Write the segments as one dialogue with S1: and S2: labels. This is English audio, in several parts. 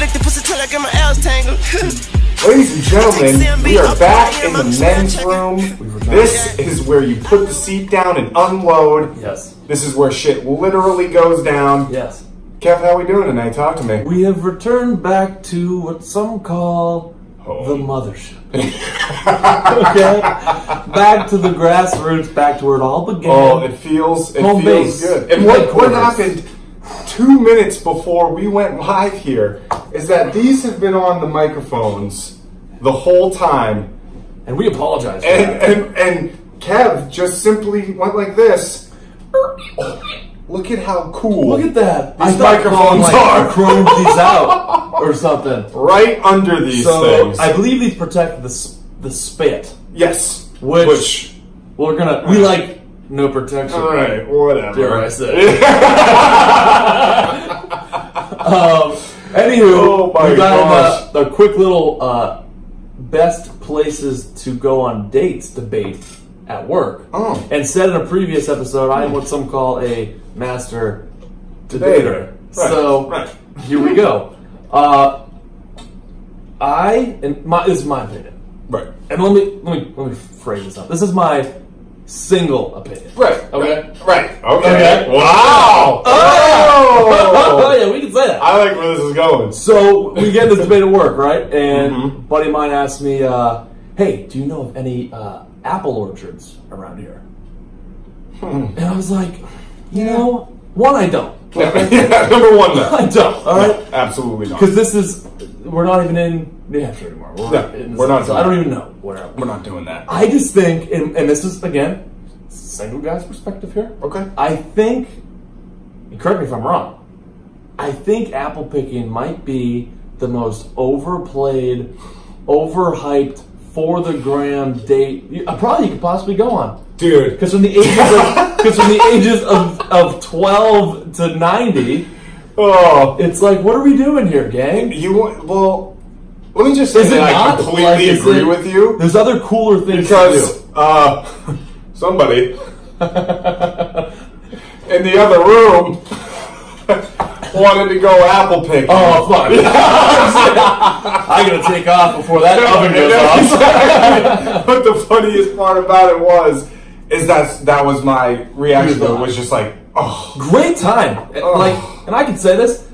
S1: lick the pussy till I get my L's tangled.
S2: Ladies and gentlemen, we are back in the men's room. This is where you put the seat down and unload.
S3: Yes.
S2: This is where shit literally goes down.
S3: Yes.
S2: Kev, how we doing tonight? Talk to me.
S3: We have returned back to what some call the
S2: Home.
S3: mothership. okay? Back to the grassroots, back to where it all began.
S2: Oh, it feels it
S3: Home
S2: feels
S3: base.
S2: good. And what what
S3: Headquarters.
S2: happened two minutes before we went live here is that these have been on the microphones the whole time,
S3: and we apologize for
S2: and
S3: that.
S2: and, and Kev just simply went like this. Oh, Look at how cool!
S3: Look at that.
S2: These
S3: I thought
S2: microphones
S3: Colin, like,
S2: are.
S3: chromed these out or something.
S2: Right under these
S3: So
S2: things.
S3: I believe these protect the s- the spit,
S2: yes.
S3: which, we're gonna we like no protection.
S2: All right. Whatever.
S3: Dare I say? um, anywho,
S2: Oh my
S3: we got
S2: gosh.
S3: a, a quick little uh, best places to go on dates debate at work.
S2: Oh.
S3: And said in a previous episode, I am what some call a master
S2: Debater.
S3: debater.
S2: Right,
S3: So
S2: right.
S3: here we go. Uh, I and my this is my opinion.
S2: Right.
S3: And let me let me let me phrase this up. This is my single opinion.
S2: Right.
S3: Okay.
S2: Right. Okay.
S3: Okay.
S2: Wow.
S3: Oh
S2: Oh.
S3: yeah, we can say that.
S2: I like where this is going.
S3: So we get in this debate at work, right? And
S2: Mhm.
S3: a buddy of mine asked me, uh, "Hey, do you know of any uh, apple orchards around here?" And I was like, "You know, one I don't.
S2: yeah, number one now.
S3: I don't. All right,
S2: Absolutely not.
S3: because this is we're not even in New Hampshire anymore. We're,
S2: No,
S3: in the
S2: we're not
S3: South, so I don't even know where.
S2: We're not doing that.
S3: I just think, and, and this is again single guy's perspective here.
S2: Okay.
S3: I think, and correct me if I'm wrong, I think apple picking might be the most overplayed, overhyped for the gram date. You, uh, probably you could possibly go on
S2: Dude.
S3: because from the ages of because from the ages of, of 12 to 90,
S2: Oh.
S3: it's like what are we doing here, gang?
S2: You want, well, let me just say
S3: Is it
S2: that I
S3: not?
S2: completely
S3: Like, is
S2: agree
S3: it-
S2: with you.
S3: There's other cooler things to
S2: Because, uh, somebody in the other room wanted to go apple picking.
S3: Oh fuck! I gotta take off before that oven goes off.
S2: off. but the funniest part about it was, is that that was my reaction.
S3: Goodbye.
S2: It was just like, oh,
S3: Great time, And,
S2: Oh.
S3: like, and I can say this.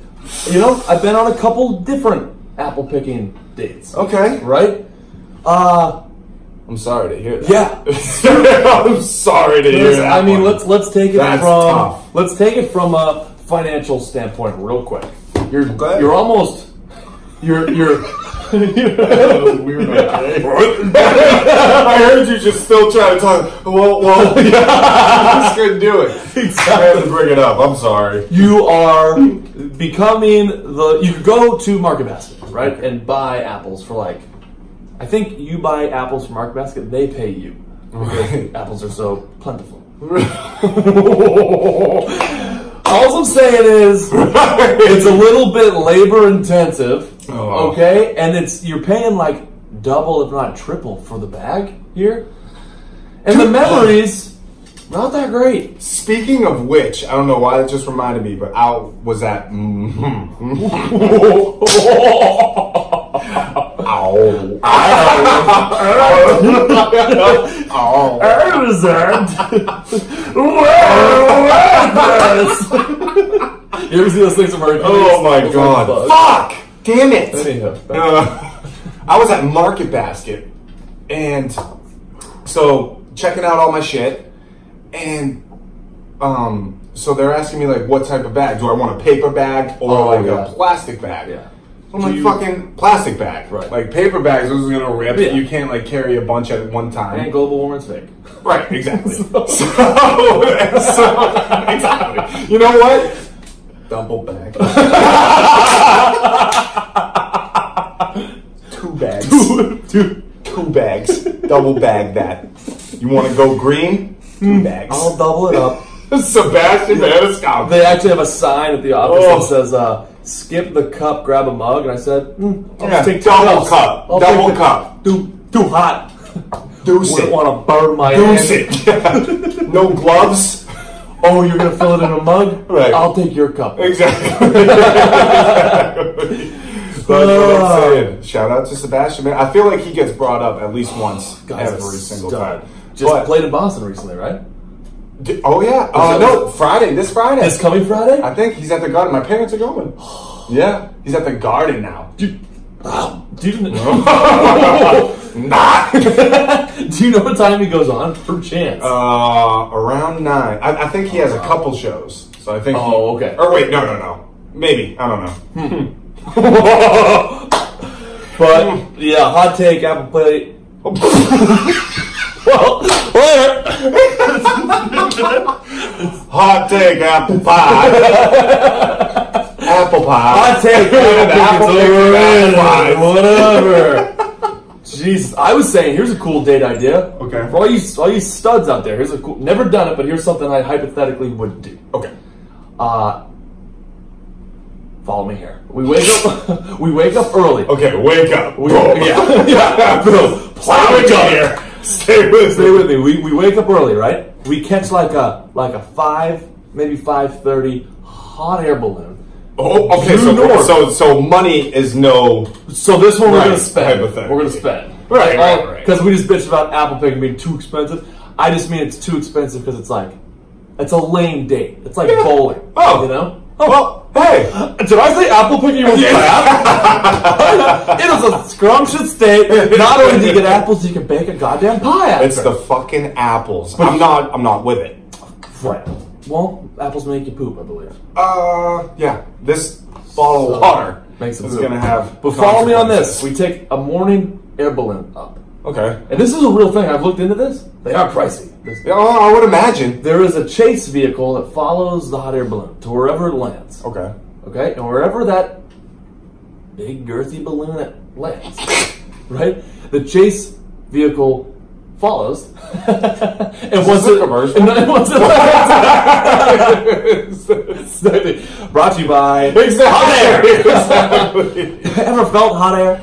S3: You know, I've been on a couple different apple picking dates.
S2: okay.
S3: Right? Uh,
S2: I'm sorry to hear that.
S3: yeah.
S2: I'm sorry to hear that.
S3: I mean,
S2: one.
S3: let's let's take it
S2: That's
S3: from
S2: tough.
S3: let's take it from a financial standpoint, real quick. You're
S2: Okay.
S3: you're almost you're you're.
S2: Weird, okay. I heard you just still trying to talk. Well, well, I just couldn't do it. I had to bring it up. I'm sorry.
S3: you are becoming the you could go to market basket right and buy apples for like i think you buy apples from market basket they pay you
S2: Right.
S3: apples are so plentiful all i'm saying is it's a little bit labor intensive
S2: Oh.
S3: okay and it's you're paying like double if not triple for the bag here and the
S2: oh.
S3: memories not that great
S2: Speaking of which, I don't know why it just reminded me, but I was at. Mm-hmm. Ow. Ow. Ow.
S3: Amazon. you ever see those things from Hurricane?
S2: Oh my god. Fuck! Damn it!
S3: Anyhow,
S2: Uh, I was at Market Basket, and so checking out all my shit, and um, so they're asking me like, what type of bag? Do I want a paper bag or
S3: Oh,
S2: like
S3: yeah.
S2: a plastic bag?
S3: Yeah.
S2: I'm like
S3: Do you-
S2: fucking plastic bag,
S3: Right.
S2: Like paper bags, those are gonna rip.
S3: Yeah.
S2: You can't like carry a bunch at one time.
S3: and global warming's fake.
S2: Right, exactly. so, so- exactly. You know what? Double bag. Two bags.
S3: Dude,
S2: Two bags. Double bag that. You want to go green?
S3: Hmm.
S2: Two bags.
S3: I'll double it up.
S2: Sebastian Maniscalco.
S3: They actually have a sign at the office
S2: Oh.
S3: that says, uh, "Skip the cup, grab a mug." And I said, mm, I'll
S2: Yeah,
S3: just take two
S2: double
S3: cups.
S2: cup.
S3: I'll
S2: double
S3: take the-
S2: cup.
S3: Too too hot.
S2: Deuce
S3: Wouldn't
S2: it.
S3: want to burn my
S2: Deuce
S3: hand.
S2: it. Yeah. No gloves.
S3: Oh, you're gonna fill it in a mug?
S2: Right.
S3: I'll take your cup.
S2: Exactly. But what
S3: Oh.
S2: I'm saying, shout out to Sebastian, man. I feel like he gets brought up at least once
S3: Ah, Guy's a
S2: every single
S3: stud.
S2: time.
S3: Just
S2: But-
S3: played in Boston recently, right?
S2: D- oh yeah, uh,
S3: that
S2: no,
S3: was-
S2: Friday, this Friday.
S3: This coming Friday?
S2: I think he's at the garden. My parents are going. Yeah, he's at the garden now.
S3: Dude, oh, do you know?
S2: Not
S3: do you know what time he goes on? Per chance.
S2: uh, around nine. I, I think he has a couple shows. So I think. he-
S3: Oh, okay.
S2: Or wait, no, no, no. Maybe I don't know.
S3: but yeah, hot take. Apple plate. well, later.
S2: Hot take apple pie. apple pie.
S3: Hot take. Apple
S2: Apple
S3: picking
S2: picking
S3: overrated.
S2: apple pies.
S3: Whatever. Jesus, I was saying, here's a cool date idea.
S2: Okay.
S3: For all you all you studs out there, here's a cool. Never done it, but here's something I hypothetically would do.
S2: Okay.
S3: Uh, follow me here. We wake up. we wake up early.
S2: Okay. Wake up.
S3: We,
S2: Boom.
S3: yeah, yeah. Boom. Plow
S2: Wake
S3: it
S2: up
S3: up
S2: here. Stay with
S3: Stay
S2: me.
S3: with me. We, we wake up early, right? We catch like a like a five, maybe five thirty hot air balloon.
S2: Oh, okay.
S3: Due
S2: So,
S3: north.
S2: so so money is no.
S3: So this one we're
S2: Right,
S3: gonna spend.
S2: hypothetically.
S3: We're gonna spend.
S2: Right, right, right.
S3: Because we just bitched about apple picking being too expensive. I just mean it's too expensive because it's like it's a lame date. It's like
S2: Yeah.
S3: bowling.
S2: Oh.
S3: you know.
S2: Well, hey.
S3: Did I say apple picking was
S2: Yeah.
S3: bad? it was a scrumptious date. Not only do you get apples, you can bake a goddamn pie. After.
S2: It's the fucking apples. I'm not. I'm not with it.
S3: right. Well, apples make you poop, I believe.
S2: Uh, yeah. This bottle of water
S3: Makes a
S2: is
S3: poop.
S2: gonna have.
S3: But follow me on this. We
S2: consequences.
S3: take a morning air balloon up.
S2: okay.
S3: And this is a real thing. I've looked into this. They are pricey. This-
S2: Yeah, well, oh, I would imagine.
S3: There is a chase vehicle that follows the hot air balloon to wherever it lands.
S2: Okay.
S3: Okay? And wherever that big girthy balloon it lands, right? The chase vehicle follows. and once
S2: a
S3: it,
S2: commercial?
S3: and then once it lands, brought to you by Hot Air.
S2: exactly.
S3: Ever felt hot air?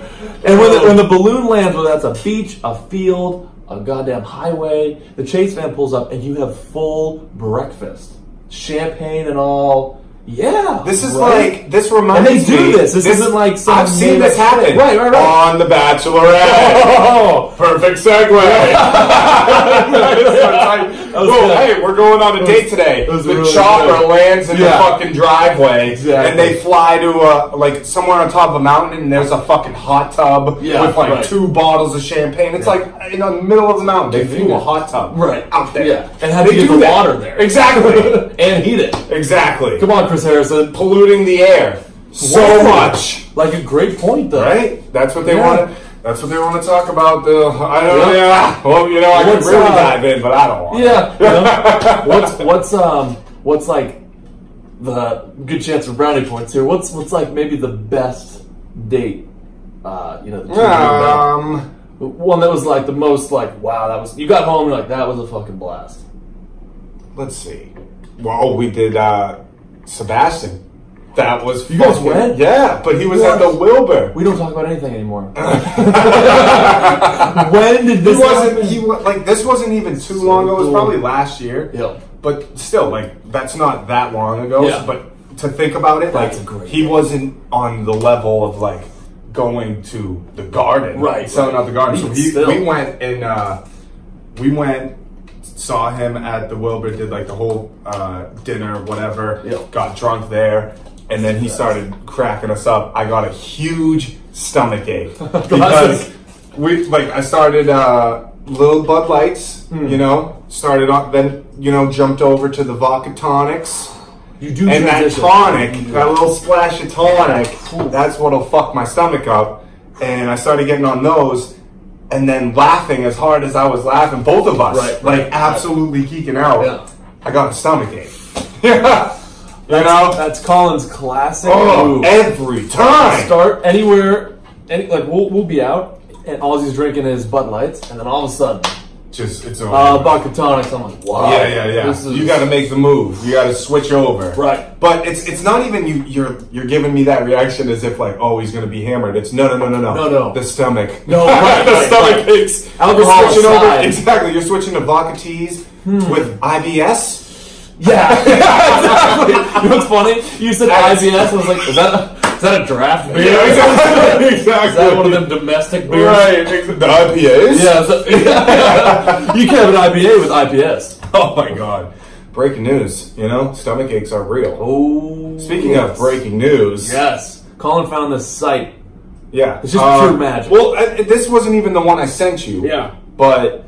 S3: And when the, when the balloon lands, whether that's a beach, a field, a goddamn highway, the chase van pulls up and you have full breakfast, champagne and all. Yeah,
S2: This is
S3: right?
S2: like this reminds
S3: And they do
S2: me-
S3: this. This isn't like some
S2: I've seen this
S3: nameless
S2: happen.
S3: thing. Right, right, right.
S2: On the Bachelorette.
S3: Oh,
S2: Perfect segue. It's like,
S3: was
S2: "Whoa,
S3: good.
S2: hey, we're going on a date today.
S3: that was
S2: The
S3: really
S2: chopper
S3: good.
S2: lands in
S3: Yeah.
S2: the fucking driveway,
S3: Exactly.
S2: and they fly to uh, like somewhere on top of a mountain, and there's a fucking hot tub
S3: Yeah,
S2: with like
S3: right.
S2: two bottles of champagne. It's like in the middle of the mountain. They flew a
S3: figured.
S2: hot tub
S3: right
S2: out there.
S3: Yeah, and how do
S2: They
S3: you get
S2: do
S3: the
S2: that.
S3: water there?
S2: Exactly.
S3: and heat it.
S2: exactly.
S3: Come on, Chris Harrison.
S2: Polluting the air so
S3: Wow.
S2: much.
S3: Like a great point though.
S2: Right? That's what they
S3: Yeah.
S2: want. That's what they want to talk about. The I don't know.
S3: Yeah.
S2: Yeah. Well, you know, I could
S3: What's,
S2: really
S3: uh,
S2: dive in, but I don't want. to.
S3: Yeah. you know? what's what's um what's like the good chance for brownie points here? What's what's like maybe the best date? Uh, you know, the two
S2: Um.
S3: one that was like the most like wow that was you got home you're like that was a fucking blast.
S2: Let's see. Well, we did uh Sebastian. That was you
S3: guys went?
S2: Yeah, but he was at the
S3: What?
S2: Wilbur.
S3: We don't talk about anything anymore. when did
S2: He
S3: this?
S2: wasn't.
S3: happen?
S2: He wa- like this wasn't even too long ago. It was
S3: cool.
S2: probably last year.
S3: Yeah.
S2: But still, like that's not that long ago.
S3: Yeah.
S2: But to think about it,
S3: That's
S2: like
S3: a great
S2: he wasn't on the level of like going to the garden,
S3: Right,
S2: Selling
S3: right.
S2: out the garden. So
S3: Even
S2: he,
S3: still.
S2: we went and uh, we went, saw him at the Wilbur, did like the whole uh, dinner, whatever.
S3: Yeah.
S2: Got drunk there, and then he started cracking us up. I got a huge stomach ache because we like I started uh, little Bud Lights,
S3: Hmm.
S2: you know, started off, then you know jumped over to the vodka tonics,
S3: You do
S2: and that
S3: transition.
S2: tonic, that little splash of tonic, that's what'll fuck my stomach up. And I started getting on those, and then laughing as hard as I was laughing, both of us,
S3: Right,
S2: like
S3: right,
S2: absolutely geeking out.
S3: Yeah.
S2: I got a stomach ache. yeah, you know,
S3: That's Colin's classic
S2: oh,
S3: move.
S2: every time.
S3: start anywhere, any, like we'll, we'll be out, and all he's drinking is Bud Lights, and then all of a sudden,
S2: Just it's over.
S3: uh, vodka tonics. I'm like, wow,
S2: Yeah, yeah, yeah.
S3: This is,
S2: you got to make the move. You got to switch over.
S3: Right.
S2: But it's it's not even you. You're you're giving me that reaction as if like, oh, he's gonna be hammered. It's no, no, no, no, no,
S3: No, no.
S2: The stomach.
S3: No, right,
S2: the
S3: right,
S2: stomach
S3: right.
S2: aches.
S3: Alcohol
S2: You're switching
S3: aside.
S2: over. Exactly. You're switching to vodka teas
S3: Hmm.
S2: with IBS.
S3: yeah. exactly. You know what's funny? You said IBS. I was like, is that Is that a draft beer?
S2: Yeah, exactly.
S3: Is that one of them domestic beers?
S2: Right, ex- the IPAs.
S3: Yeah, so- you can have an IPA with IPS.
S2: Oh my god. Breaking news. You know, stomach aches are real.
S3: Oh.
S2: Speaking of
S3: yes.
S2: breaking news.
S3: Yes. Colin found this site.
S2: Yeah. Um,
S3: It's just pure magic.
S2: Well, I, I- this wasn't even the one I sent you.
S3: Yeah.
S2: But,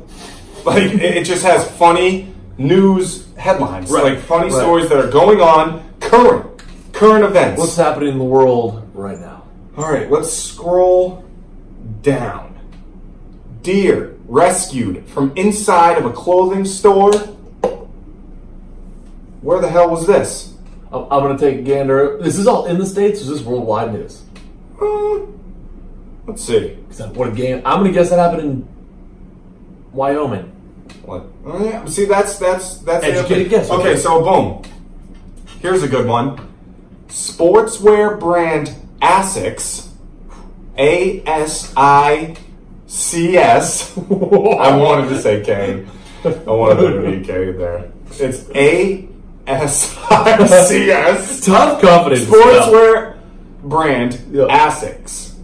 S2: like, it, it just has funny news headlines.
S3: Right,
S2: Like, funny
S3: right.
S2: stories that are going on current. Current events.
S3: What's happening in the world right now?
S2: All right, let's scroll down. Deer rescued from inside of a clothing store. Where the hell was this?
S3: I'm, I'm going to take a gander. Is this all in the States or is this worldwide news?
S2: Uh, let's see.
S3: 'Cause that- What a game. I'm going to guess that happened in Wyoming.
S2: What? Oh, yeah. See, that's that's that's. the other
S3: Educated
S2: thing.
S3: guess,
S2: Okay,
S3: okay.
S2: so boom. Here's a good one. Sportswear brand Asics, A S I C S. I wanted to say K. I wanted there to be a K in there. It's A S I C S.
S3: Tough confidence.
S2: Sportswear brand
S3: Yeah.
S2: Asics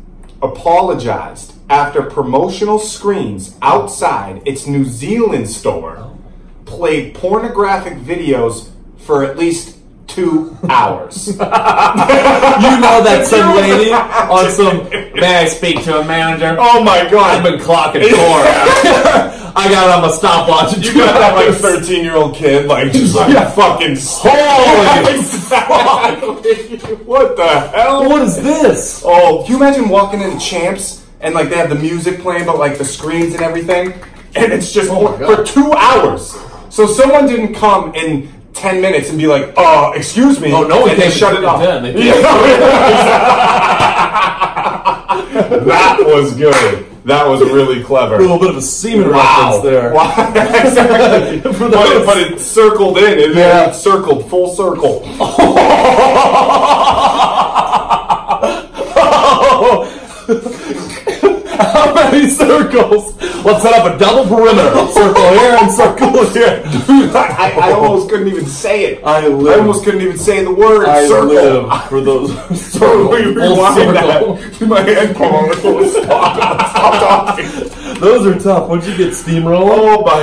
S2: apologized after promotional screens outside its New Zealand store played pornographic videos for at least two hours.
S3: You know that some lady on some. May I speak to a manager?
S2: oh my
S3: I've been
S2: god!
S3: clocking four. I got it on my stopwatch.
S2: You got that like thirteen-year-old kid, like just like fucking
S3: Holy
S2: Exactly. What the hell?
S3: What is this?
S2: Oh, can you imagine walking into Champs and like they have the music playing, but like the screens and everything, and it's just
S3: God.
S2: for two hours. So someone didn't come in ten minutes and be like, "Uh, excuse me."
S3: Oh, no one
S2: and they
S3: came
S2: shut it off.
S3: then. They-
S2: that was good. That was really clever.
S3: A little bit of a semen reference there.
S2: Wow. exactly.
S3: For
S2: but, it,
S3: those-
S2: but it circled in. It,
S3: Yeah.
S2: it circled full circle.
S3: How many circles? Let's set up a double perimeter. Circle here and circle here.
S2: I, I almost couldn't even say it.
S3: I live.
S2: almost couldn't even say the word
S3: I
S2: circle.
S3: live for those
S2: So we
S3: Full
S2: rewind
S3: circle.
S2: that. My head was stopped. Stopped talking.
S3: Those are tough. Once you get steamroller,
S2: Oh my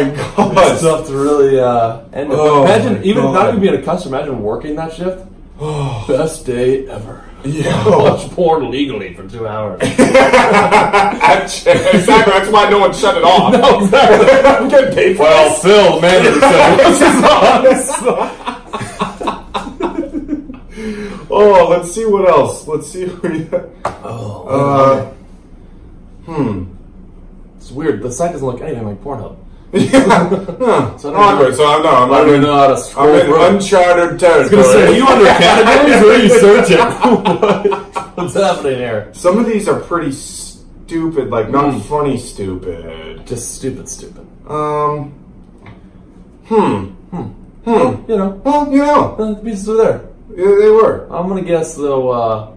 S3: it's
S2: god.
S3: tough to really uh, end up.
S2: Oh, my
S3: imagine even
S2: God.
S3: not even being a customer. Imagine working that shift. Oh. Best day ever.
S2: Yeah.
S3: Watch porn legally for two hours.
S2: exactly. That's why no one shut it off.
S3: exactly.
S2: I'm getting paid for
S3: Well,
S2: this.
S3: Phil, man, it's
S2: Oh, let's see what else. Let's see. Who we- uh,
S3: It's weird. The site doesn't look anything like Pornhub. So I don't know.
S2: awkward. So I'm no. I'm,
S3: I
S2: I'm,
S3: don't even
S2: in,
S3: know how to
S2: I'm
S3: scroll
S2: in
S3: through.
S2: uncharted
S3: I was gonna say,
S2: territory.
S3: are you under categories or are you searching? What- What's happening here?
S2: Some of these are pretty stupid, like not funny stupid.
S3: Just stupid, stupid.
S2: Um.
S3: You know,
S2: Well, you know,
S3: uh, the pieces are there.
S2: yeah, they were.
S3: I'm gonna guess though, uh,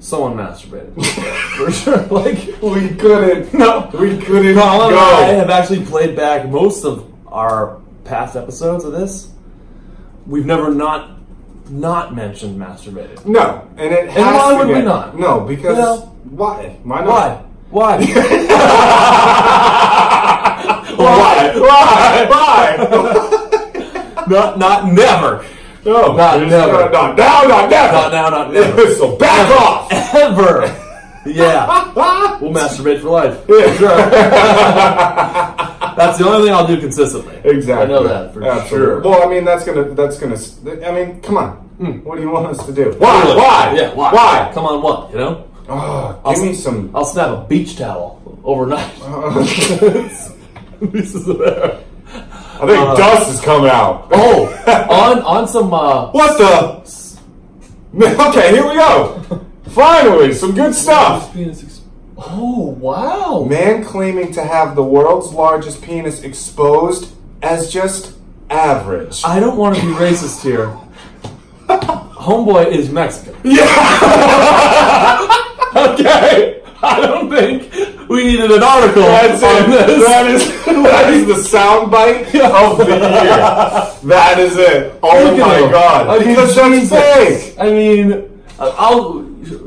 S3: someone masturbated for sure. Like
S2: We couldn't.
S3: no,
S2: We couldn't
S3: Colin and I
S2: go.
S3: have actually played back most of our past episodes of this. We've never not not mentioned masturbated.
S2: No, and it has
S3: why
S2: to
S3: would we
S2: get-
S3: not?
S2: No, because
S3: You know?
S2: why? Why not?
S3: Why? Why?
S2: Why? Why? Why?
S3: not not never.
S2: no,
S3: Not
S2: it's
S3: never.
S2: Not, not now, not never.
S3: Not now, not never.
S2: so back off.
S3: Ever. Yeah. We'll masturbate for life. Sure. That's the only thing I'll do consistently.
S2: Exactly.
S3: I know that for
S2: Absolutely.
S3: sure.
S2: Well, I mean, that's gonna. That's gonna. s- I mean, come on. What do you want us to do?
S3: Really.
S2: Why?
S3: Yeah, Hmm. why?
S2: Why?
S3: Come Uh, on, what? You know?
S2: Oh, give me some.
S3: I'll snap a beach towel overnight. this is
S2: I think
S3: uh,
S2: dust has come out.
S3: Oh, on on some uh,
S2: What the? Okay, here we go. Finally, some good stuff.
S3: penis. Ex- oh wow,
S2: Man claiming to have the world's largest penis exposed as just average.
S3: I don't want to be racist here. Homeboy is Mexican. okay. I don't think we needed an article
S2: That's
S3: on
S2: it.
S3: this.
S2: That is that is the soundbite of the year. That is it. Oh
S3: Look at
S2: my
S3: him.
S2: god!
S3: I mean,
S2: because that's
S3: Jesus.
S2: fake.
S3: I mean, Uh, I'll,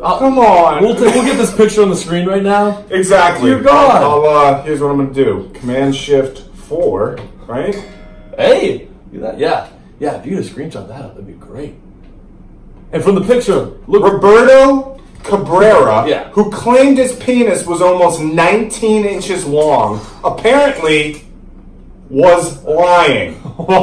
S3: I'll
S2: Come on.
S3: We'll, ta- we'll get this picture on the screen right now.
S2: Exactly.
S3: Dear God.
S2: I'll, uh, here's what I'm gonna do. Command Shift Four, right?
S3: Hey, look at that. yeah, yeah. If you could screenshot that, that'd be great. And from the picture, look,
S2: Roberto Cabrera,
S3: Yeah.
S2: who claimed his penis was almost 19 inches long, apparently was lying.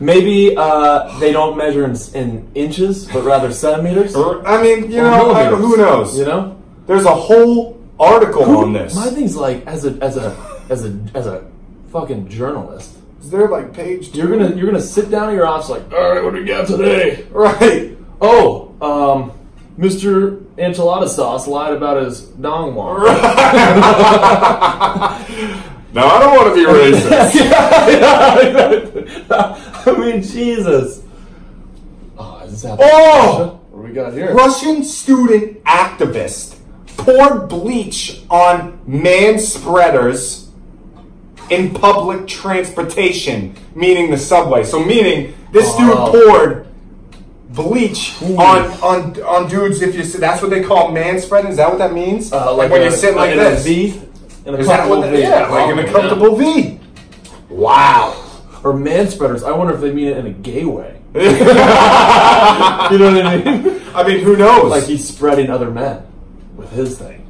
S3: maybe uh, they don't measure in, in inches, but rather centimeters.
S2: Or- I mean, you
S3: or
S2: know, I-
S3: millimeters,
S2: who knows?
S3: You know,
S2: There's a whole article on this.
S3: My thing's like as a as a as a as a fucking journalist.
S2: Is there like page?
S3: You're gonna you're gonna sit down at your office like, all right, what do we got today?
S2: right.
S3: Oh, um, Mr. Enchilada Sauce lied about his dong wall.
S2: Now I don't want to be racist.
S3: I mean, Jesus. Oh, is this happening?
S2: Oh!
S3: What do we got here?
S2: Russian student activist poured bleach on man spreaders in public transportation, meaning the subway. So, meaning this
S3: Wow.
S2: dude poured bleach on on on dudes. If you sit- that's what they call man spreading. Is that what that means?
S3: Uh,
S2: like when you sit like
S3: in
S2: this.
S3: a V, in a
S2: Is that
S3: comfortable
S2: what? That,
S3: V.
S2: yeah, like in
S3: Oh,
S2: a
S3: yeah.
S2: comfortable V. Wow.
S3: Or man spreaders. I wonder if they mean it in a gay way. you know what I mean?
S2: I mean, who knows?
S3: Like he's spreading other men with his thing.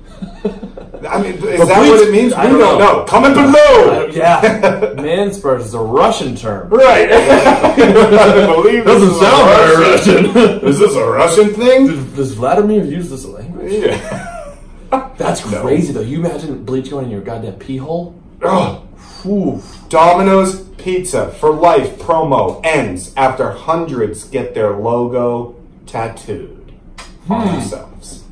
S2: I mean, is
S3: But
S2: that what
S3: bleach-
S2: it means?
S3: I
S2: We
S3: don't
S2: don't
S3: know.
S2: know. Comment below.
S3: Yeah, man spreaders is a Russian term.
S2: Right. I believe this is a Russian-
S3: Russian.
S2: Is this a Russian thing?
S3: Does Vladimir use this language?
S2: Yeah.
S3: That's crazy though. You imagine bleach going in your goddamn pee hole?
S2: Ugh.
S3: Oof.
S2: Domino's Pizza for Life promo ends after hundreds get their logo tattooed on themselves.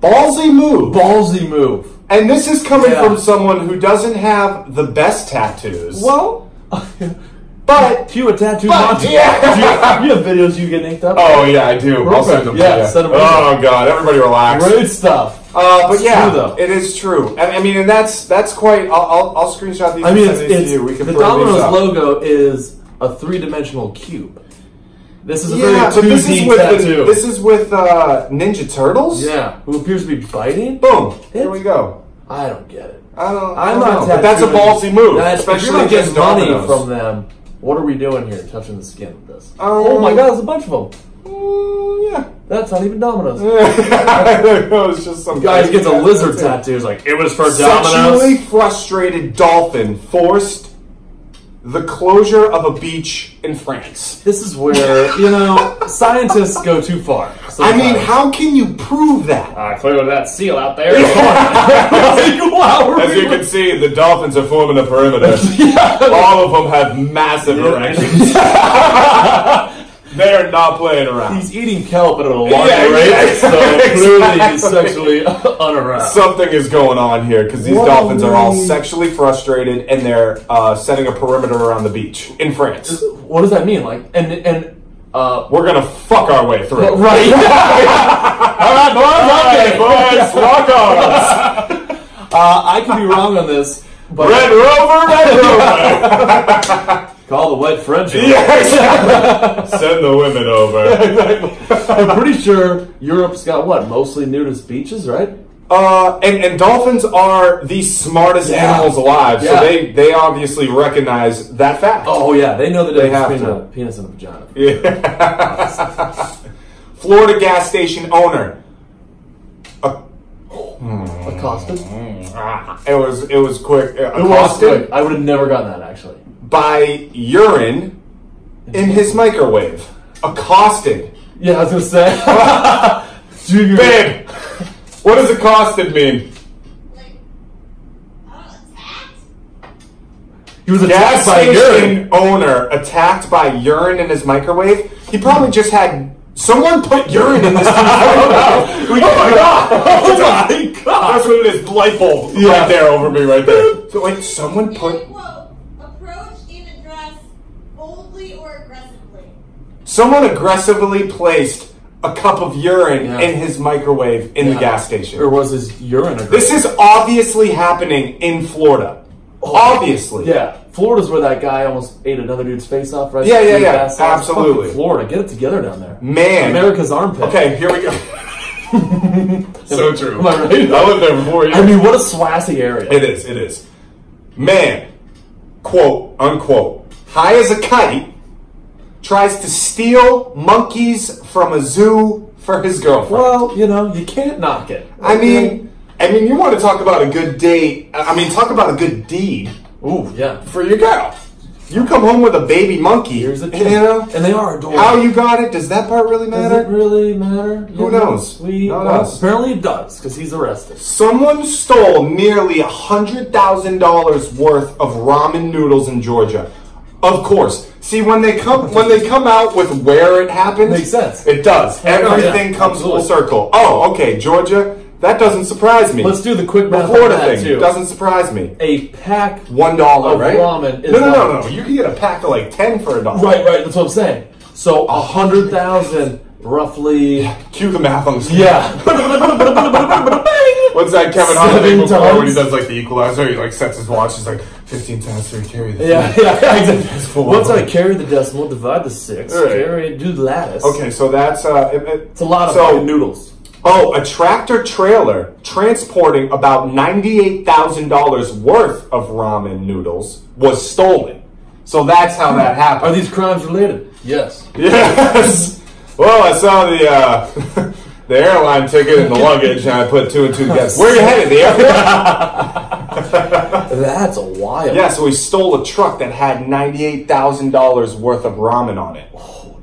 S2: Ballsy move.
S3: Ballsy move.
S2: and this is coming
S3: Yeah.
S2: from someone who doesn't have the best tattoos.
S3: Well,
S2: but
S3: cue a tattoo
S2: But-
S3: montage.
S2: yeah.
S3: Do you, you have videos you get inked up?
S2: oh yeah, I do. I'll
S3: Perfect.
S2: send them. to
S3: Yeah,
S2: you.
S3: send them
S2: oh god, everybody relax.
S3: Great stuff.
S2: Uh, but
S3: It's
S2: yeah,
S3: true, though.
S2: it is true. I, I mean, and that's that's quite. I'll, I'll, I'll screenshot these.
S3: I mean,
S2: and
S3: it's,
S2: send these
S3: it's
S2: to you. We can
S3: the
S2: throw these
S3: Domino's
S2: up.
S3: logo is a three-dimensional cube. This is a
S2: Yeah, but
S3: very
S2: this
S3: 2D
S2: is with
S3: tattoo.
S2: The, this is with uh, Ninja Turtles.
S3: yeah, who appears to be biting?
S2: Boom.
S3: It-
S2: Here we go.
S3: I don't get it.
S2: I don't. I
S3: I'm
S2: don't
S3: not.
S2: know. But that's a
S3: tattooing-
S2: ballsy move,
S3: That's,
S2: especially
S3: if you're not getting
S2: against
S3: money
S2: Domino's. Um,
S3: from them. What are we doing here? Touching the skin with this? oh my God, there's a bunch of them.
S2: Mm, yeah.
S3: That's not even Domino's.
S2: I don't know, it's just some
S3: Guys gets a
S2: Yeah,
S3: lizard
S2: that's it.
S3: tattoo. It's like it was for
S2: Sexually
S3: Domino's.
S2: frustrated dolphin forced the closure of a beach in France.
S3: This is where you know scientists go too far.
S2: I mean,
S3: sometimes.
S2: how can you prove that?
S3: I cleared that seal out there. like, wow, we're
S2: As you can see, the dolphins are forming a perimeter. All of them have massive erections. they are not playing around.
S3: He's eating kelp at an alarming
S2: Yeah, exactly.
S3: rate, so clearly he's
S2: Exactly.
S3: sexually unaroused.
S2: Something is going on here because these
S3: Whoa.
S2: dolphins are all sexually frustrated and they're uh, setting a perimeter around the beach in France.
S3: what does that mean? Like, and and uh,
S2: We're gonna fuck our way through.
S3: right? all right, boys, okay.
S2: boys, rock on!
S3: Uh, I could be wrong on this, but
S2: Red Rover, Red Rover!
S3: call the white French.
S2: Yeah, exactly. Send the women over.
S3: I'm pretty sure Europe's got what mostly nudist beaches, right?
S2: Uh, and, and dolphins are the smartest
S3: Yeah.
S2: animals alive,
S3: Yeah.
S2: so they, they obviously recognize that fact.
S3: Oh yeah, they know the difference
S2: have
S3: between
S2: to.
S3: a penis and a vagina.
S2: Florida gas station owner.
S3: Accosted.
S2: Ah, It was it was quick. uh,
S3: It was
S2: accosted
S3: good. I would have never gotten that actually.
S2: by urine in his microwave. Accosted,
S3: Yeah, I was gonna say. Junior.
S2: babe. What does accosted mean?
S4: like, oh, attacked?
S3: He was
S2: Gas
S3: attacked by urine.
S2: station owner attacked by urine in his microwave. He probably just had someone put urine in this. dude's microwave. We- oh my god! Oh my god! That's what it is. Light bulb
S3: Yeah.
S2: right there over me, right there. So wait, someone
S4: And
S2: put
S4: I quote, approach and address boldly or aggressively.
S2: someone aggressively placed a cup of urine
S3: Yeah.
S2: in his microwave in the
S3: Yeah.
S2: gas station.
S3: Or was his urine? a-
S2: This is obviously happening in Florida. Obviously.
S3: Oh. Yeah, Florida's where that guy almost ate another dude's face off, right?
S2: Yeah, yeah, yeah.
S3: Fast ass.
S2: Absolutely.
S3: Fucking Florida, get it together down there.
S2: Man.
S3: America's armpit.
S2: Okay, here we go. so true.
S3: Am I right?
S2: I lived there before you.
S3: I mean, what a swassy area.
S2: It is, it is. Man, quote, unquote, high as a kite, tries to steal monkeys from a zoo for his girlfriend.
S3: well, you know, you can't knock it.
S2: I mean, I mean, you want to talk about a good date. I mean, talk about a good deed
S3: ooh, yeah.
S2: for your girl. You come home with a baby monkey.
S3: Here's the
S2: You know?
S3: and they are adorable.
S2: How you got it, does that part really
S3: Does
S2: matter?
S3: it really matter?
S2: Who
S3: You know,
S2: knows?
S3: We
S2: Not
S3: well,
S2: us.
S3: apparently it does because he's arrested.
S2: Someone stole nearly $100,000 worth of ramen noodles in Georgia. Of course. See when they come when they come out with where it happened,
S3: Makes sense. Oh,
S2: It does. Everything
S3: yeah.
S2: comes full
S3: Absolutely.
S2: circle. Oh, okay, Georgia. That doesn't surprise me.
S3: Let's do the quick
S2: the
S3: math on
S2: Florida
S3: that
S2: thing.
S3: too.
S2: Doesn't surprise me.
S3: a pack
S2: One dollar,
S3: of
S2: right?
S3: ramen is
S2: no, no, no,
S3: like-
S2: no. You can get a pack of like ten for a dollar.
S3: Right, right. That's what I'm saying. So a hundred thousand, roughly.
S2: Cue the math on the screen.
S3: Yeah.
S2: What's that Kevin
S3: Seven
S2: Holiday before when he
S3: times.
S2: does like the equalizer? He like sets his watch. He's like fifteen times three carry. this
S3: Yeah,
S2: one."
S3: yeah, exactly.
S2: full
S3: Once
S2: on.
S3: I carry the decimal, divide the six,
S2: All right.
S3: carry it, do the lattice.
S2: Okay, so that's uh, it, it-
S3: It's a lot of
S2: so,
S3: fucking noodles.
S2: Oh, a tractor trailer transporting about ninety-eight thousand dollars worth of ramen noodles was stolen. So that's how that
S3: Are
S2: happened.
S3: these crimes related? Yes.
S2: yes. Well, I saw the uh, the airline ticket in the luggage, and I put two and two together. Where you headed? The airport.
S3: That's wild.
S2: yeah. So we stole a truck that had ninety-eight thousand dollars worth of ramen on it
S3: Oh.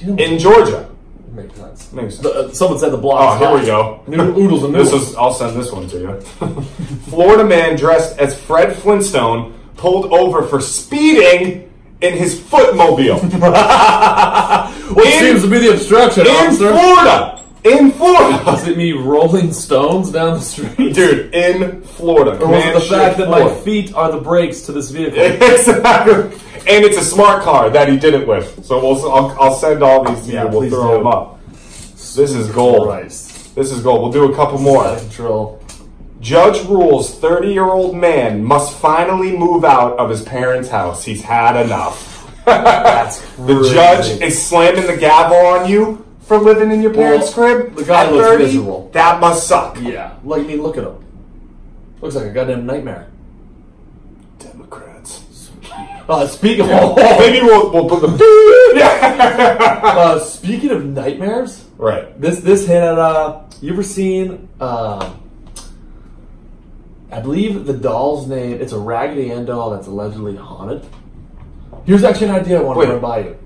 S3: You know,
S2: in Georgia.
S3: makes sense.
S2: Makes sense.
S3: The- uh, someone said the block.
S2: Oh, here we go.
S3: Noodle, oodles and noodles.
S2: This is. I'll send this one to you. Florida man dressed as Fred Flintstone pulled over for speeding in his footmobile
S3: what
S2: in-
S3: seems to be the obstruction,
S2: in
S3: officer.
S2: Florida. In Florida,
S3: Is it me rolling stones down the street?
S2: dude. In Florida,
S3: Or was it the
S2: Man-shaped
S3: fact that my
S2: Florida.
S3: feet are the brakes to this vehicle?
S2: exactly. And it's a smart car that he did it with. So we'll. I'll, I'll send all these to
S3: Yeah,
S2: you. We'll
S3: please
S2: throw
S3: do.
S2: them up. This is gold.
S3: Christ.
S2: This is gold. We'll do a couple more.
S3: Control.
S2: Judge rules 30 year old man must finally move out of his parents' house. He's had enough.
S3: That's
S2: The judge is slamming the gavel on you for living in your parents' crib.
S3: the guy
S2: at
S3: looks miserable.
S2: That must suck.
S3: Yeah. Like, I mean, look at him. Looks like a goddamn nightmare.
S2: Democrats.
S3: Uh, speaking of,
S2: Maybe we'll, we'll put the.
S3: uh, speaking of nightmares,
S2: Right.
S3: this this hit at uh, you ever seen? Uh, I believe the doll's name. It's a Raggedy Ann doll that's allegedly haunted. Here's actually an idea I want
S2: Wait. Hmm.
S3: to run by you.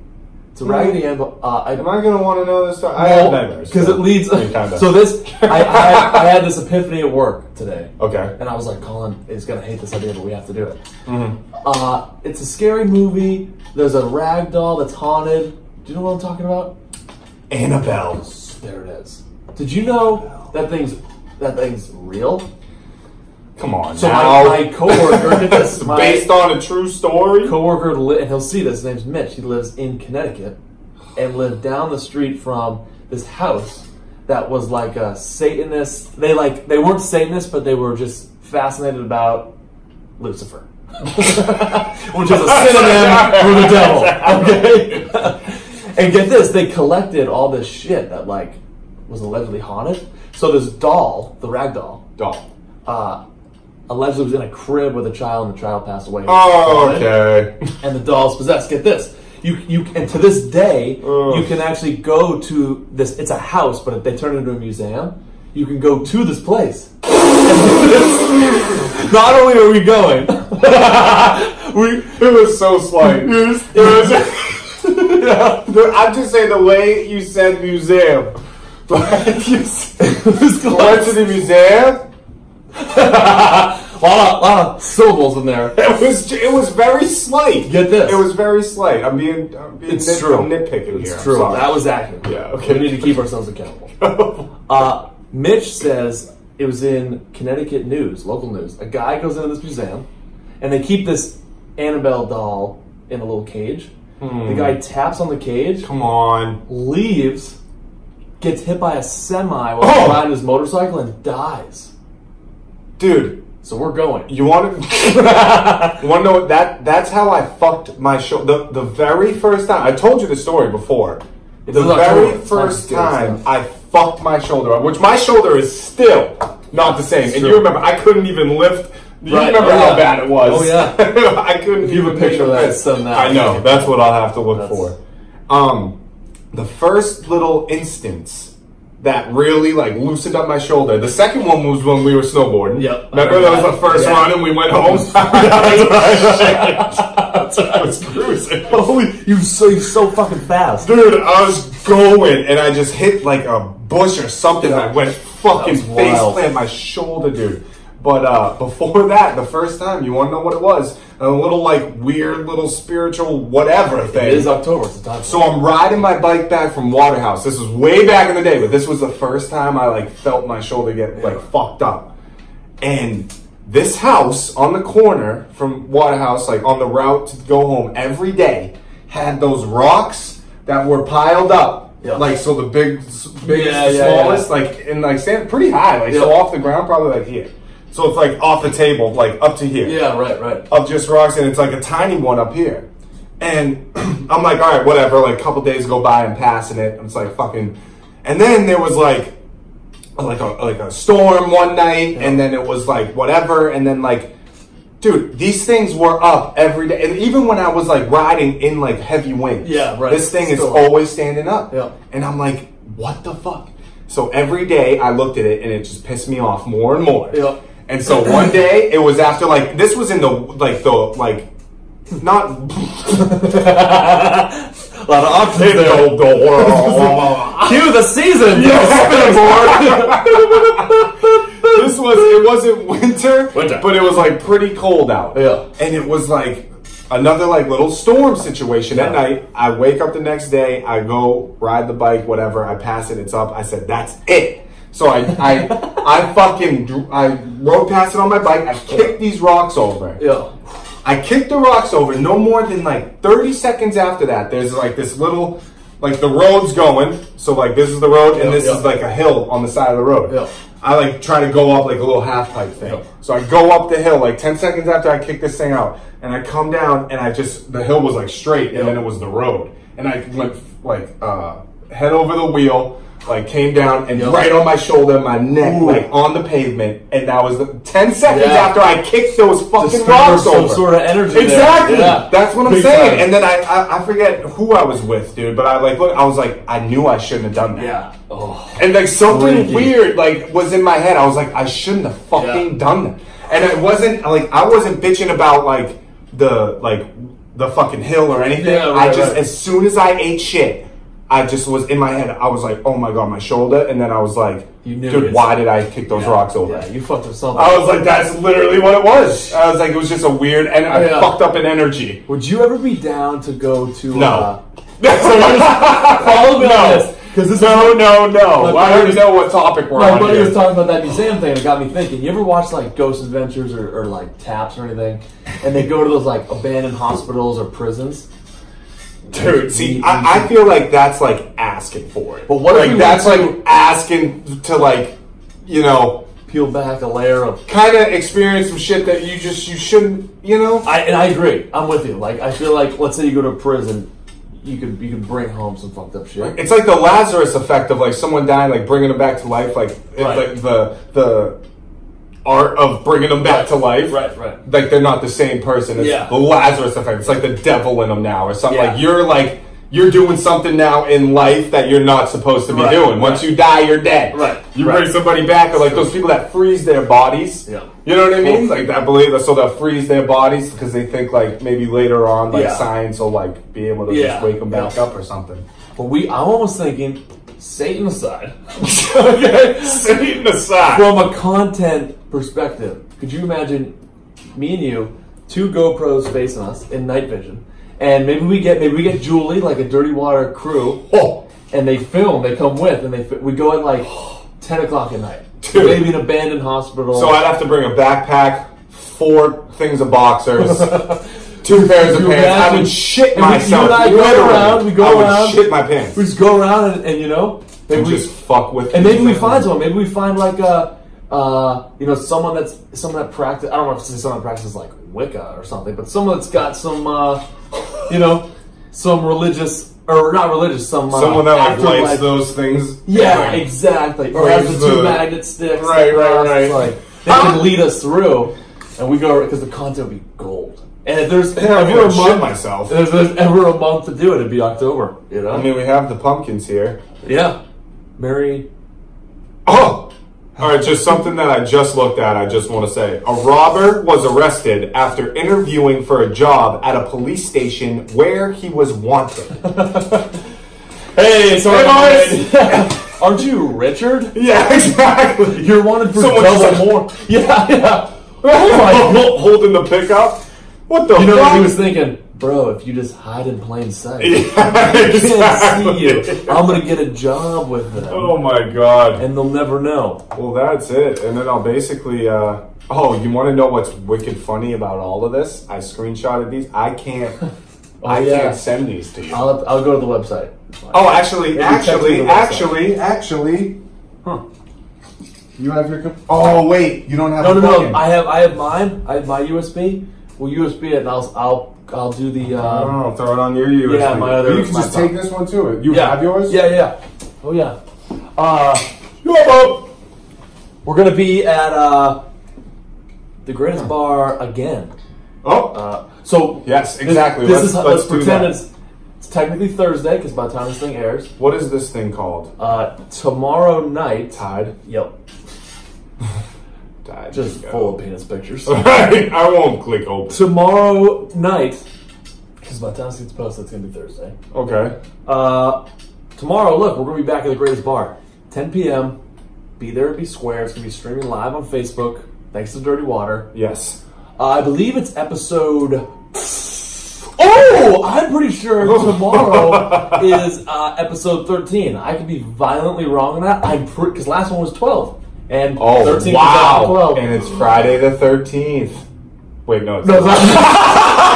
S3: It's a Raggedy Ann. doll- Uh, I,
S2: Am I going to want to know this stuff? I have nightmares.
S3: because it leads.
S2: I mean, kinda.
S3: So this, I, I, had, I had this epiphany at work today,
S2: Okay.
S3: and I was like, Colin is gonna hate this idea, but we have to do it. Uh, it's a scary movie. There's a rag doll that's haunted. Do you know what I'm talking about?
S2: Annabelle.
S3: There it is. Did you know that thing's that thing's real?
S2: Come on.
S3: So
S2: now.
S3: my, my coworker did this.
S2: It's
S3: My
S2: based on a true story.
S3: coworker, li- and he'll see this. His name's Mitch. He lives in Connecticut, and lived down the street from this house that was like a Satanist. They like they weren't Satanists, but they were just fascinated about Lucifer, which is a synonym for the devil. Okay, and get this, they collected all this shit that like was allegedly haunted. So this doll, the rag doll,
S2: Doll.
S3: uh, allegedly was in a crib with a child, and the child passed away
S2: Oh, okay.
S3: and the dolls possessed. Get this. You, you and to this day you can actually go to this it's a house but they turn it into a museum you can go to this place not only are we going we
S2: It was so slight. It was-
S3: yeah,
S2: The- I'm just saying the way you said museum. Like you said, went
S3: this
S2: to
S3: class,
S2: the museum.
S3: a lot, of, lot of syllables in there
S2: It was ju- it was very slight.
S3: Get this.
S2: It was very slight. I'm being I'm being
S3: It's
S2: nit-
S3: true.
S2: I'm nitpicking here.
S3: It's
S2: I'm
S3: true.
S2: sorry.
S3: That was accurate.
S2: Yeah, okay.
S3: We need to keep ourselves accountable. uh, Mitch says it was in Connecticut news, local news. A guy goes into this museum, and they keep this Annabelle doll in a little cage. The guy taps on the cage,
S2: Come on.
S3: leaves, gets hit by a semi while
S2: Oh!
S3: riding his motorcycle, and dies.
S2: Dude,
S3: So we're going.
S2: You want to want to know what that? That's how I fucked my show. The the very first time I told you the story before.
S3: This
S2: the
S3: is October.
S2: very
S3: It's time to
S2: first
S3: scare
S2: time
S3: stuff.
S2: I fucked my shoulder up, which my shoulder is still not the same. And
S3: true.
S2: you remember I couldn't even lift. You
S3: Right.
S2: remember
S3: Oh,
S2: how
S3: yeah.
S2: bad it was?
S3: Oh, yeah.
S2: I couldn't
S3: you have a
S2: even
S3: picture of
S2: make
S3: that,
S2: fist.
S3: send that.
S2: I know. That's what I'll have to look
S3: That's-
S2: for. Um, the first little instance that really like loosened up my shoulder. The second one was when we were snowboarding.
S3: Yep.
S2: Remember that was the first
S3: Yeah.
S2: one, and we went home.
S3: That's right.
S2: I was cruising.
S3: Holy, you so you so fucking fast.
S2: Dude, I was going and I just hit like a bush or something. I went fucking
S3: That was
S2: face
S3: wild.
S2: plant my shoulder, dude. But uh, before that, the first time, you want to know what it was? A little like weird little spiritual whatever thing.
S3: It is October. It's the time.
S2: So I'm riding my bike back from Waterhouse. This was way back in the day, but this was the first time I like felt my shoulder get like fucked up. And this house on the corner from Waterhouse, like on the route to go home every day, had those rocks that were piled up.
S3: Yeah.
S2: Like so the big s- biggest
S3: Yeah, yeah, yeah.
S2: smallest, like in like stand pretty high, like so
S3: Yeah.
S2: off the ground probably like here. So it's like off the table, like up to here
S3: yeah, right, right.
S2: of just rocks, and it's like a tiny one up here. And I'm like, all right, whatever. Like a couple days go by, I'm passing it. I'm just like fucking. And then there was like, like a like a storm one night, and then it was like whatever, and then like, dude, these things were up every day, and even when I was like riding in like heavy winds,
S3: Yeah, right.
S2: This thing
S3: Still.
S2: is always standing up,
S3: Yeah.
S2: And I'm like, what the fuck? So every day I looked at it, and it just pissed me off more and more.
S3: Yeah.
S2: And so one day it was after like this was in the like the like not
S3: A lot of options there.
S2: the, the world.
S3: Cue the season. Spinning board.
S2: this was it wasn't winter,
S3: Winter.
S2: but it was like pretty cold out.
S3: Yeah.
S2: And it was like another like little storm situation at
S3: Yeah.
S2: night. I wake up the next day, I go ride the bike, whatever, I pass it, it's up. I said, That's it. So I I I fucking dr- I rode past it on my bike, I kicked these rocks over.
S3: yeah.
S2: I kicked the rocks over. No more than like 30 seconds after that, there's like this little, like the road's going. So like this is the road, and
S3: Yeah,
S2: this
S3: yeah.
S2: is like a hill on the side of the road.
S3: Yeah.
S2: I like try to go up like a little half pipe thing.
S3: Yeah.
S2: So I go up the hill like 10 seconds after I kick this thing out, and I come down, and I just the hill was like straight, and then it was the road, and I went like uh, head over the wheel. Like came down and
S3: Yeah.
S2: right on my shoulder, my neck,
S3: Ooh.
S2: like on the pavement, and that was the, ten seconds
S3: Yeah.
S2: after I kicked those fucking
S3: Just
S2: rocks
S3: some
S2: over.
S3: sort of energy. there.
S2: Exactly.
S3: Yeah.
S2: That's what I'm
S3: Big
S2: saying.
S3: time.
S2: And then I, I I forget who I was with, dude. But I like look. I was like, I knew I shouldn't have done that.
S3: yeah. Oh.
S2: And like something
S3: Freaky.
S2: weird like was in my head. I was like, I shouldn't have fucking
S3: Yeah.
S2: done that. And it wasn't like I wasn't bitching about like the like the fucking hill or anything.
S3: Yeah,
S2: I
S3: right,
S2: just
S3: right.
S2: as soon as I ate shit, I just was in my head. I was like, oh my god, my shoulder. And then I was like,
S3: You knew
S2: dude,
S3: it.
S2: why did I kick those rocks over?
S3: Yeah, you fucked up something.
S2: I was like, that's literally what it was. I was like, it was just a weird, and I
S3: Yeah.
S2: fucked up an energy.
S3: Would you ever be down to go to?
S2: No.
S3: Uh,
S2: Follow
S3: me on this, 'cause this
S2: Because no, no, no.
S3: My
S2: I already
S3: buddy-
S2: know what topic we're
S3: my
S2: on.
S3: buddy
S2: here.
S3: was talking about that museum thing, and it got me thinking. You ever watch like Ghost Adventures or, or like Taps or anything? And they go to those like abandoned hospitals or prisons.
S2: Dude, see, I, I feel like that's like asking for it.
S3: But what if
S2: like
S3: we
S2: that's
S3: went
S2: like asking to like, you know,
S3: Peel back a layer of
S2: kind of experience some shit that you just you shouldn't, you know.
S3: I and I agree. I'm with you. Like I feel like let's say you go to prison, you could you could bring home some fucked up shit.
S2: It's like the Lazarus effect of like someone dying, like bringing them back to life, like it's
S3: Right.
S2: like the the art of bringing them back
S3: Right.
S2: to life.
S3: Right, right.
S2: Like they're not the same person. It's
S3: Yeah.
S2: the Lazarus effect. It's like the devil in them now, or something.
S3: Yeah.
S2: Like you're like you're doing something now in life that you're not supposed to be
S3: Right,
S2: doing. Once
S3: right.
S2: you die, you're dead.
S3: Right,
S2: You
S3: right.
S2: bring somebody back, or like those people that freeze their bodies.
S3: Yeah.
S2: You know what I mean? Like I believe that, so they'll freeze their bodies because they think like maybe later on, like
S3: Yeah.
S2: science will like be able to just
S3: Yeah.
S2: wake them back
S3: Yeah.
S2: up or something.
S3: But we, I'm almost thinking Satan aside. okay.
S2: Satan aside.
S3: From a content perspective, could you imagine me and you, two GoPros facing us in night vision, and maybe we get maybe we get Julie like a Dirty Water crew,
S2: oh,
S3: and they film, they come with, and they fi- we go at like ten o'clock at night,
S2: Dude.
S3: maybe an abandoned hospital.
S2: so I'd have to bring a backpack, four things of boxers, two pairs of
S3: You
S2: pants. I
S3: imagine-
S2: would shit
S3: and we- you
S2: myself.
S3: and I go
S2: literally.
S3: around, we go
S2: I would
S3: around.
S2: shit my pants.
S3: we just go around and, and you know, maybe
S2: and
S3: we,
S2: just fuck with.
S3: and maybe we
S2: people.
S3: find someone, maybe we find like a. uh, you know, someone that's someone that practice. I don't know if it's someone that practices like Wicca or something, but someone that's got some, uh, you know, some religious or not religious, some uh,
S2: Someone that like
S3: afterlife-
S2: likes those things.
S3: Yeah, exactly. Or
S2: Or
S3: has
S2: use
S3: the two
S2: the-
S3: magnet sticks.
S2: Right, right,
S3: Uh,
S2: right.
S3: it's Like, they can lead us through, and we go because the content would be gold. And if there's
S2: Yeah,
S3: if
S2: I'm
S3: you're a
S2: gonna shit
S3: month,
S2: myself.
S3: if there's ever a month to do it, it'd be October. You know?
S2: I mean, we have the pumpkins here.
S3: yeah. Mary
S2: Oh! Alright, just something that I just looked at, I just want to say. A robber was arrested after interviewing for a job at a police station where he was wanted.
S3: Hey, so
S2: Hey,
S3: aren't you Richard?
S2: yeah, exactly.
S3: You're wanted for
S2: Someone
S3: double
S2: just-
S3: more. Yeah, yeah.
S2: Oh my- Holding the pickup? What the
S3: You know what
S2: fuck?
S3: he was thinking, bro? If you just hide in plain sight,
S2: Yeah,
S3: they can't see
S2: exactly.
S3: you. I'm gonna get a job with them,
S2: Oh my god.
S3: and they'll never know.
S2: Well, that's it. And then I'll basically. Uh, oh, you want to know what's wicked funny about all of this? I screenshotted these. I can't. I
S3: Oh, yeah.
S2: can't send these to you.
S3: I'll I'll go to the website.
S2: oh, actually,
S3: check through
S2: actually,
S3: the website.
S2: actually, actually. Huh. You have your. Com- oh wait, you don't have.
S3: No, no,
S2: the
S3: no.
S2: plugin.
S3: I have I have mine. I have my USB. Well, USB it, and I'll I'll I'll do the. Uh,
S2: Oh, throw it on your USB.
S3: Yeah, my other-
S2: You can
S3: my
S2: just
S3: phone.
S2: take this one too. You
S3: yeah.
S2: have yours.
S3: Yeah, yeah. Oh yeah. Uh,
S2: You have a-
S3: We're gonna be at uh, the greatest bar again.
S2: Oh.
S3: Uh, so
S2: Yes,
S3: this-
S2: exactly.
S3: This,
S2: Let's-
S3: is let's,
S2: let's do
S3: pretend
S2: that.
S3: it's it's technically Thursday because by the time this thing airs,
S2: what is this thing called?
S3: uh, tomorrow night.
S2: Tide.
S3: Yep,
S2: Tide.
S3: just
S2: There you
S3: full
S2: go.
S3: of penis pictures.
S2: I won't click open.
S3: tomorrow night, because by the time this gets posted, it's gonna be Thursday.
S2: Okay.
S3: Uh, tomorrow, look, we're gonna be back at the greatest bar, 10 p.m. Be there, be square. It's gonna be streaming live on Facebook. Thanks to Dirty Water.
S2: Yes.
S3: Uh, I believe it's episode. Oh, I'm pretty sure tomorrow is uh, episode 13. I could be violently wrong on that. I'm because last one was 12, and
S2: Oh
S3: 13
S2: wow!
S3: is now 12.
S2: And it's Friday the thirteenth. Wait, no, it's
S3: No, it's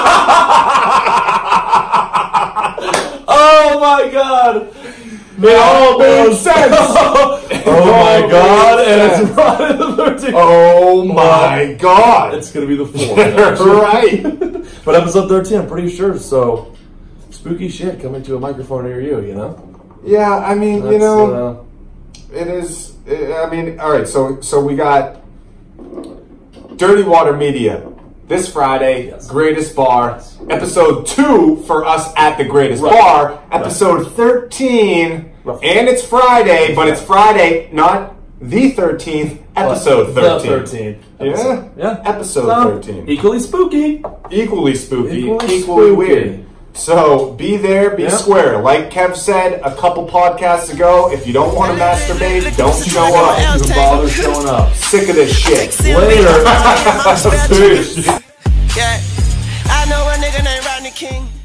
S3: not- oh my god!
S2: it all
S3: made sense.
S2: oh
S3: Oh my god! And it's
S2: sense.
S3: Friday the 13th.
S2: oh my god!
S3: It's gonna be the
S2: You're
S3: fourth.
S2: right.
S3: but episode 13, I'm pretty sure. So spooky shit coming to a microphone near you. You know.
S2: Yeah, I mean, you
S3: That's,
S2: know,
S3: uh,
S2: it is. It, I mean, all right. So, so we got Dirty Water Media this Friday,
S3: Yes.
S2: Greatest Bar, episode two for us at the Greatest
S3: Right.
S2: Bar, episode thirteen,
S3: Roughly.
S2: and it's Friday, but it's Friday, not the thirteenth, episode
S3: The
S2: thirteen.
S3: 13.
S2: Yeah.
S3: Yeah.
S2: Episode
S3: So,
S2: 13.
S3: Equally spooky.
S2: equally spooky,
S3: Equally
S2: equally,
S3: spooky.
S2: weird. So be there, be
S3: Yeah.
S2: square. Like Kev said a couple podcasts ago, if you don't want to masturbate, don't show up.
S3: Even bother showing up.
S2: Sick of this shit.
S3: Later.
S2: Seriously.
S1: Yeah. I know a nigga named Rodney King.